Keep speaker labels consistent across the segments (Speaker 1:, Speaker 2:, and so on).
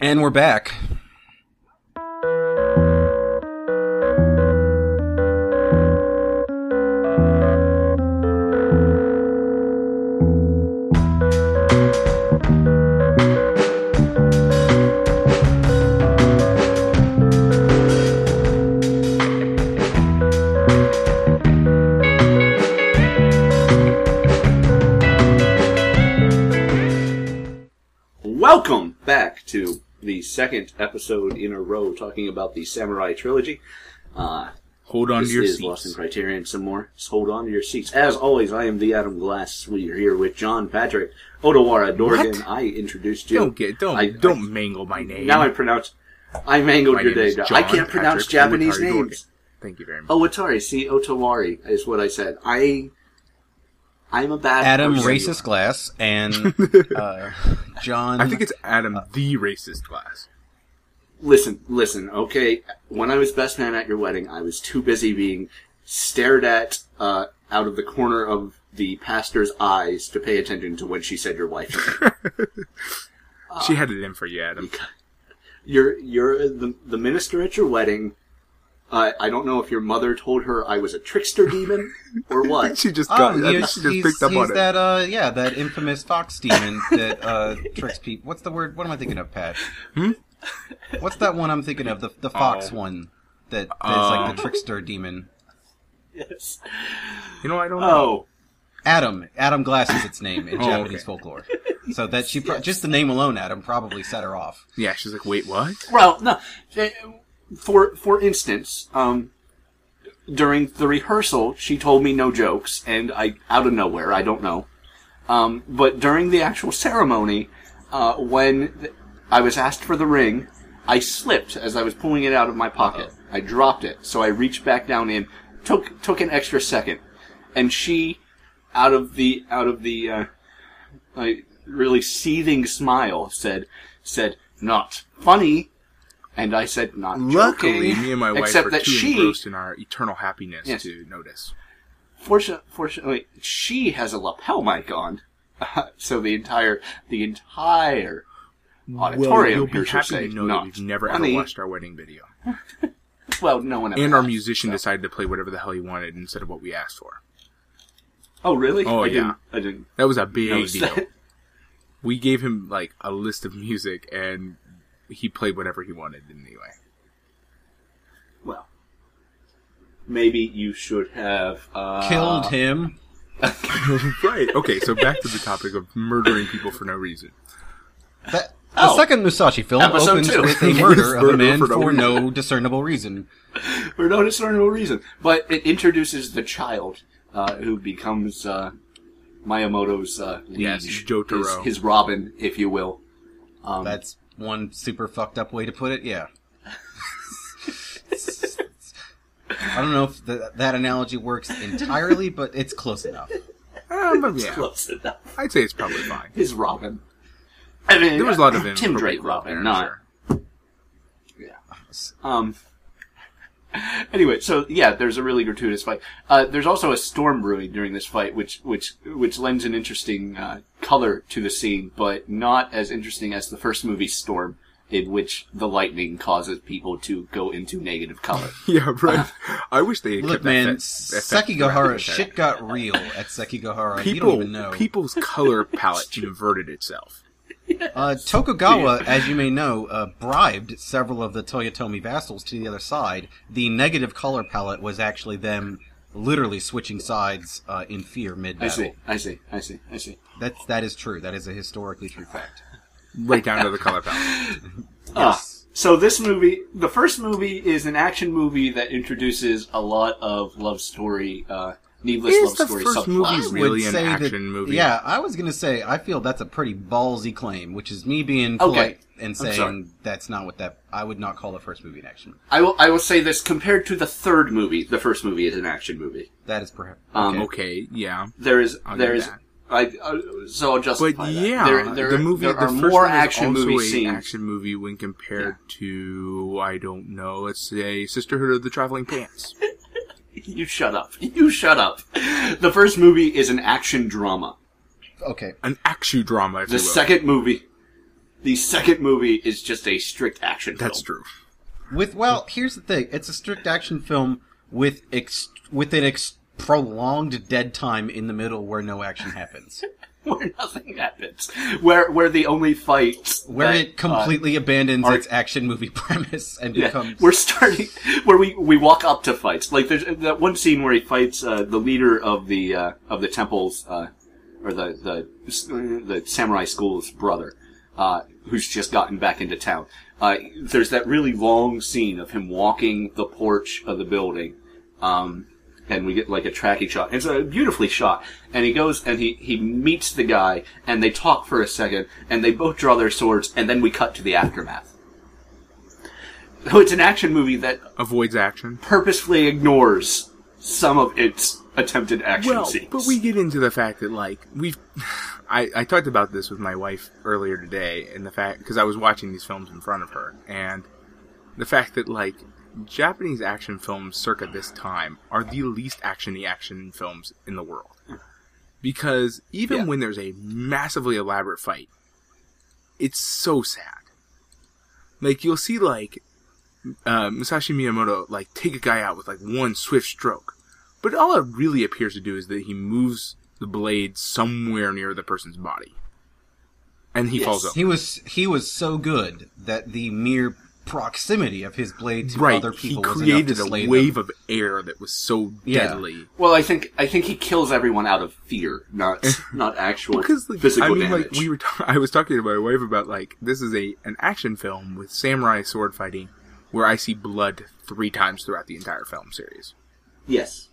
Speaker 1: And we're back.
Speaker 2: Welcome back to the second episode in a row talking about the Samurai Trilogy. Uh,
Speaker 3: Hold on
Speaker 2: this
Speaker 3: to your
Speaker 2: is Boston
Speaker 3: seats.
Speaker 2: Criterion some more. Just hold on to your seats. As always, I am the Adam Glass. We are here with John Patrick Odawara Dorgan.
Speaker 3: What?
Speaker 2: I introduced you.
Speaker 3: Don't get don't
Speaker 2: I-
Speaker 3: don't mangle my name.
Speaker 2: Now I pronounce. I mangled
Speaker 3: my
Speaker 2: your
Speaker 3: name
Speaker 2: day.
Speaker 3: is
Speaker 2: Doc.
Speaker 3: John
Speaker 2: I can't pronounce
Speaker 3: Patrick
Speaker 2: Japanese
Speaker 3: Umatari Dorgan.
Speaker 2: names. Oh,
Speaker 3: Thank you very much.
Speaker 2: Owatari, see, Otawari is what I said. I, I'm a bad
Speaker 3: Oh,
Speaker 1: Adam
Speaker 2: person.
Speaker 1: Racist Glass and uh, John.
Speaker 3: I think it's Adam
Speaker 2: uh,
Speaker 3: the racist glass.
Speaker 2: Listen, listen, okay. When I was best man at your wedding, I was too busy being stared at uh, out of the corner of the pastor's eyes to pay attention to when she said your wife. uh,
Speaker 3: she had it in for you, Adam.
Speaker 2: you're you're the, the minister at your wedding. Uh, I don't know if your mother told her I was a trickster demon or what.
Speaker 3: she just got
Speaker 1: Oh,
Speaker 3: it. I think
Speaker 1: he's,
Speaker 3: she just
Speaker 1: he's-
Speaker 3: picked up
Speaker 1: he's
Speaker 3: on it.
Speaker 1: that, uh, yeah, that infamous fox demon that uh, tricks people. What's the word? What am I thinking of, Pat? What's that one I'm thinking of? The, the fox
Speaker 3: Hmm? Oh.
Speaker 1: one that, that's
Speaker 3: Um.
Speaker 1: like the trickster demon.
Speaker 2: Yes.
Speaker 3: You know, I don't know.
Speaker 2: Oh,
Speaker 1: Adam. Adam Glass is its name in
Speaker 3: Oh,
Speaker 1: Japanese
Speaker 3: okay.
Speaker 1: folklore. So that she pro- just the name alone, Adam, probably set her off.
Speaker 3: Yeah, she's like, wait, what?
Speaker 2: well, no. For for instance, um, during the rehearsal, she told me no jokes, and I out of nowhere, I don't know. Um, but during the actual ceremony, uh, when th- I was asked for the ring, I slipped as I was pulling it out of my pocket.
Speaker 3: Uh-huh.
Speaker 2: I dropped it, so I reached back down in, took took an extra second, and she, out of the out of the, uh, like, really seething smile, said said not funny, and I said not
Speaker 3: Luckily,
Speaker 2: joking."
Speaker 3: me and my wife
Speaker 2: except
Speaker 3: are
Speaker 2: that
Speaker 3: too
Speaker 2: she
Speaker 3: engrossed in our eternal happiness
Speaker 2: Yes.
Speaker 3: to notice.
Speaker 2: Fortunately, fortunately, she has a lapel mic on, so the entire the entire
Speaker 3: well,
Speaker 2: auditorium
Speaker 3: you'll
Speaker 2: here
Speaker 3: be
Speaker 2: should
Speaker 3: happy to
Speaker 2: say
Speaker 3: know that
Speaker 2: not
Speaker 3: we've never
Speaker 2: funny.
Speaker 3: ever watched our wedding video,
Speaker 2: Well, no one ever.
Speaker 3: and our
Speaker 2: has.
Speaker 3: musician decided to play whatever the hell he wanted instead of what we asked for.
Speaker 2: Oh, really?
Speaker 3: Oh,
Speaker 2: I
Speaker 3: yeah.
Speaker 2: Didn't, I didn't.
Speaker 3: That was a big
Speaker 2: notice
Speaker 3: deal.
Speaker 2: that.
Speaker 3: We gave him like a list of music, and he played whatever he wanted anyway.
Speaker 2: Well, maybe you should have uh,
Speaker 1: Killed him.
Speaker 3: right. Okay, so back to the topic of murdering people for no reason.
Speaker 1: That, the
Speaker 2: Oh.
Speaker 1: second Musashi film
Speaker 2: Episode
Speaker 1: opens
Speaker 2: two.
Speaker 1: with a murder of a
Speaker 3: Murder
Speaker 1: man
Speaker 3: for no
Speaker 1: for
Speaker 3: reason.
Speaker 1: no discernible reason.
Speaker 2: for no discernible reason, but it introduces the child uh, who becomes uh, Miyamoto's uh,
Speaker 3: Yes,
Speaker 2: liege,
Speaker 3: Jotaro.
Speaker 2: his, his Robin, if you will. Um,
Speaker 1: That's one super fucked up way to put it. Yeah. I don't know if th that analogy works entirely, but it's close enough.
Speaker 3: Uh, but yeah,
Speaker 2: close enough.
Speaker 3: I'd say it's probably fine.
Speaker 2: His Robin. I mean, uh,
Speaker 3: There was a lot of
Speaker 2: Tim
Speaker 3: inappropriate
Speaker 2: Drake
Speaker 3: love there,
Speaker 2: Robin,
Speaker 3: I'm
Speaker 2: not
Speaker 3: sure.
Speaker 2: Um. Anyway, so yeah, there's a really gratuitous fight. Uh, there's also a storm brewing during this fight, which which which lends an interesting uh, color to the scene, but not as interesting as the first movie's storm, in which the lightning causes people to go into negative color.
Speaker 3: Yeah, right. I wish they had
Speaker 1: Look,
Speaker 3: kept
Speaker 1: man,
Speaker 3: that, that, that
Speaker 1: Sekigahara shit got real at Sekigahara. you don't
Speaker 3: People,
Speaker 1: even know.
Speaker 3: people's color palette inverted itself.
Speaker 1: Uh, Tokugawa, as you may know, uh, bribed several of the Toyotomi vassals to the other side. The negative color palette was actually them literally switching sides uh, in fear mid
Speaker 2: I see,
Speaker 1: battle.
Speaker 2: I see, I see, I see.
Speaker 1: That's that is true. That is a historically true fact.
Speaker 3: Right down to the color palette.
Speaker 1: Yes.
Speaker 2: Ah, so this movie, the first movie, is an action movie that introduces a lot of love story, uh, needless
Speaker 3: Is
Speaker 2: love
Speaker 3: the
Speaker 2: story
Speaker 3: first
Speaker 2: subplots.
Speaker 3: movie
Speaker 1: would
Speaker 3: really an
Speaker 1: say that-
Speaker 3: action movie?
Speaker 1: Yeah, I was gonna say I feel that's a pretty ballsy claim, which is me being polite and
Speaker 2: sorry.
Speaker 1: saying that's not what that I would not call the first movie an action. movie.
Speaker 2: I will. I will say this compared to the third movie. The first movie is an action movie.
Speaker 1: That is perhaps
Speaker 2: Um,
Speaker 1: okay.
Speaker 3: Okay, yeah.
Speaker 2: There is.
Speaker 3: I'll give
Speaker 2: there is.
Speaker 3: that.
Speaker 2: I. Uh, so I'll justify
Speaker 3: But
Speaker 2: that.
Speaker 3: yeah,
Speaker 2: there, there,
Speaker 3: the movie,
Speaker 2: there
Speaker 3: the
Speaker 2: are
Speaker 3: first
Speaker 2: more
Speaker 3: one is
Speaker 2: action
Speaker 3: also
Speaker 2: movie
Speaker 3: a
Speaker 2: scenes.
Speaker 3: action movie when compared to I don't know, let's say Sisterhood of the Traveling Pants.
Speaker 2: You shut up. You shut up. The first movie is an action drama.
Speaker 1: Okay.
Speaker 3: An action drama, if
Speaker 2: The
Speaker 3: you will.
Speaker 2: second movie. The second movie is just a strict action film.
Speaker 3: That's true.
Speaker 1: With well, here's the thing: it's a strict action film with ex- with an ex- prolonged dead time in the middle where no action happens,
Speaker 2: Where nothing happens. Where where the only fight
Speaker 1: where
Speaker 2: that,
Speaker 3: uh,
Speaker 1: it completely abandons its action movie premise and
Speaker 2: uh, yeah,
Speaker 1: becomes.
Speaker 2: we're starting where we, we walk up to fights. Like there's that one scene where he fights uh, the leader of the uh, of the temple's uh, or the the the samurai school's brother, uh, who's just gotten back into town. Uh, there's that really long scene of him walking the porch of the building, um, and we get like a tracking shot. It's a beautifully shot, and he goes and he he meets the guy, and they talk for a second, and they both draw their swords, and then we cut to the aftermath. So it's an action movie that
Speaker 3: Avoids action.
Speaker 2: purposefully ignores some of its attempted action
Speaker 3: Well,
Speaker 2: scenes.
Speaker 3: but we get into the fact that like we've, I, I talked about this with my wife earlier today, and the fact because I was watching these films in front of her, and the fact that like Japanese action films circa this time are the least actiony action films in the world, because even
Speaker 2: Yeah.
Speaker 3: when there's a massively elaborate fight, it's so sad. Like you'll see like uh, Musashi Miyamoto like take a guy out with like one swift stroke, but all it really appears to do is that he moves the blade somewhere near the person's body, and he falls over.
Speaker 1: He was he was so good that the mere proximity of his blade to
Speaker 3: Right,
Speaker 1: other
Speaker 3: he
Speaker 1: people was enough to
Speaker 3: created
Speaker 1: slay
Speaker 3: a
Speaker 1: them.
Speaker 3: wave of air that was so
Speaker 1: Yeah.
Speaker 3: deadly.
Speaker 2: Well, I think I think he kills everyone out of fear, not not actual
Speaker 3: Because like,
Speaker 2: physical
Speaker 3: I mean,
Speaker 2: damage.
Speaker 3: like we were, ta- I was talking to my wife about like this is a an action film with samurai sword fighting, where I see blood three times throughout the entire film series.
Speaker 2: Yes,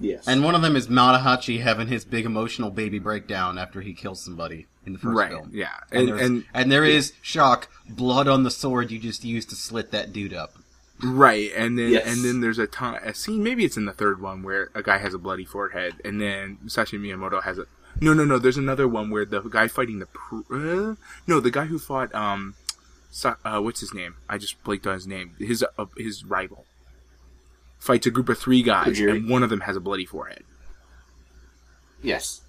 Speaker 2: yes,
Speaker 1: And one of them is Madahachi having his big emotional baby breakdown after he kills somebody in the first
Speaker 3: Right,
Speaker 1: film.
Speaker 3: yeah.
Speaker 1: and
Speaker 3: And-
Speaker 1: there's-
Speaker 3: and-
Speaker 1: and there is shock blood on the sword you just used to slit that dude up.
Speaker 3: Right, and then
Speaker 2: Yes.
Speaker 3: and then there's a time a scene. Maybe it's in the third one where a guy has a bloody forehead, and then Musashi Miyamoto has a. No, no, no. There's another one where the guy fighting the pr- uh, no, the guy who fought um, Sa- uh, what's his name? I just blanked on his name. His uh, his rival fights a group of three guys,
Speaker 2: Tajiri?
Speaker 3: and one of them has a bloody forehead.
Speaker 2: yes.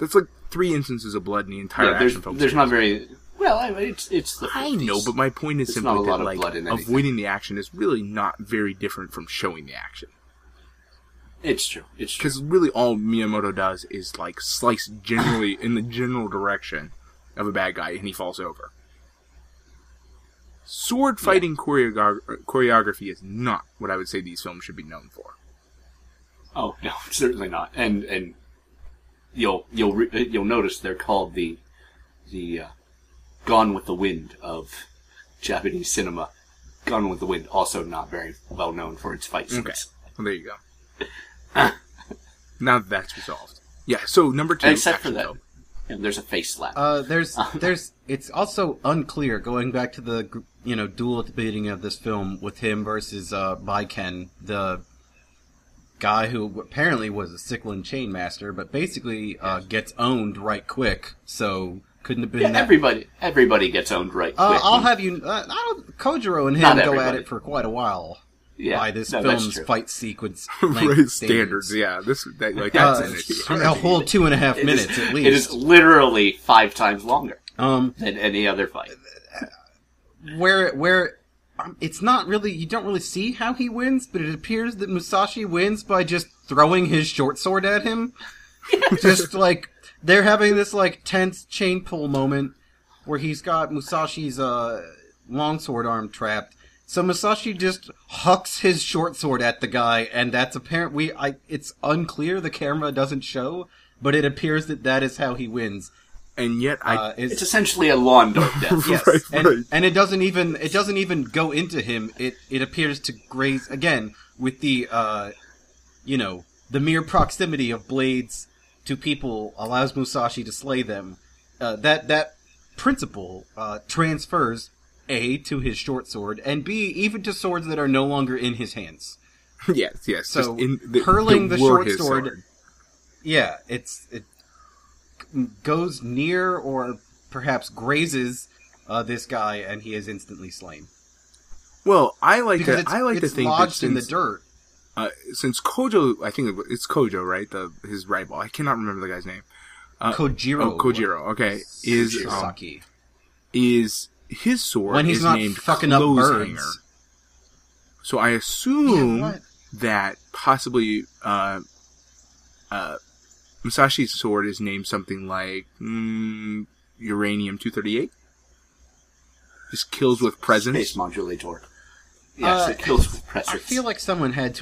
Speaker 3: That's like three instances of blood in the entire
Speaker 2: Yeah, there's
Speaker 3: action film.
Speaker 2: there's
Speaker 3: series.
Speaker 2: not very well. I mean, it's it's the
Speaker 3: I know, but my point is
Speaker 2: There's not
Speaker 3: simply
Speaker 2: a lot
Speaker 3: that
Speaker 2: of
Speaker 3: like
Speaker 2: blood in anything.
Speaker 3: avoiding the action is really not very different from showing the action.
Speaker 2: it's true. It's true.
Speaker 3: because really all Miyamoto does is like slice generally in the general direction of a bad guy, and he falls over. Sword fighting choreog- choreography is not what I would say these films should be known for.
Speaker 2: Oh no, certainly not. And and you'll you'll re- you'll notice they're called the the uh, Gone with the Wind of Japanese cinema. Gone with the Wind, also not very well known for its fight scenes.
Speaker 3: Okay, well there you go. now that's resolved. Yeah. So number two,
Speaker 2: Except for
Speaker 3: action
Speaker 2: that,
Speaker 3: film.
Speaker 2: yeah, there's a face slap.
Speaker 1: Uh, there's there's it's also unclear going back to the gr- you know duel at the beginning of this film with him versus uh Baiken the guy who apparently was a Sicklin chain master but basically uh, gets owned right quick so couldn't have been
Speaker 2: Yeah,
Speaker 1: that
Speaker 2: everybody, everybody gets owned right
Speaker 1: Uh,
Speaker 2: quick.
Speaker 1: I'll have you. Uh, I don't, Kojiro and him
Speaker 2: Not
Speaker 1: go at
Speaker 2: everybody.
Speaker 1: it for quite a while
Speaker 2: yeah,
Speaker 1: by this
Speaker 2: no, that's
Speaker 1: film's
Speaker 2: true.
Speaker 1: fight sequence length
Speaker 3: right standards. Yeah. This that, like that's
Speaker 1: Uh,
Speaker 3: an
Speaker 1: a
Speaker 3: eternity.
Speaker 1: whole two and a half
Speaker 2: It is-
Speaker 1: minutes at
Speaker 2: It is
Speaker 1: least.
Speaker 2: literally five times longer
Speaker 1: Um,
Speaker 2: than any other fight.
Speaker 1: where where um, it's not really you don't really see how he wins, but it appears that Musashi wins by just throwing his short sword at him. just like they're having this like tense chain pull moment where he's got Musashi's uh longsword arm trapped. So Musashi just hucks his short sword at the guy, and that's apparent. We, I, it's unclear. The camera doesn't show, but it appears that that is how he wins.
Speaker 3: and yet I
Speaker 1: Uh, is
Speaker 2: It's essentially a lawn dart death.
Speaker 1: Yes,
Speaker 3: Right,
Speaker 1: and,
Speaker 3: right.
Speaker 1: and it doesn't even it doesn't even go into him. It it appears to graze again with the uh, you know the mere proximity of blades to people allows Musashi to slay them. Uh, that that principle uh, transfers a to his short sword and b even to swords that are no longer in his hands.
Speaker 3: yes yes
Speaker 1: so,
Speaker 3: just in, that-
Speaker 1: hurling
Speaker 3: that
Speaker 1: the
Speaker 3: were
Speaker 1: short
Speaker 3: his
Speaker 1: sword Yeah, it's it g- goes near or perhaps grazes uh, this guy, and he is instantly slain
Speaker 3: Well, I like
Speaker 1: because
Speaker 3: to
Speaker 1: it's,
Speaker 3: I like to
Speaker 1: it's
Speaker 3: think that
Speaker 1: lodged in the
Speaker 3: since-
Speaker 1: dirt.
Speaker 3: uh, since Kojo, I think it wa- it's Kojo, right? The his rival. I cannot remember the guy's name.
Speaker 1: Oh, Kojiro,
Speaker 3: Oh, Kojiro. Okay, is um,
Speaker 1: Sasaki.
Speaker 3: is his sword
Speaker 1: When he's
Speaker 3: is
Speaker 1: not
Speaker 3: named
Speaker 1: fucking up
Speaker 3: Clothes
Speaker 1: birds.
Speaker 3: Hanger. So I
Speaker 1: Yeah,
Speaker 3: assume
Speaker 1: what?
Speaker 3: that possibly uh, uh, Masashi's sword is named something like mm, Uranium 238. Just kills with presence.
Speaker 2: Space modulator. Yes,
Speaker 1: Uh,
Speaker 2: it kills with presence.
Speaker 1: I feel like someone had to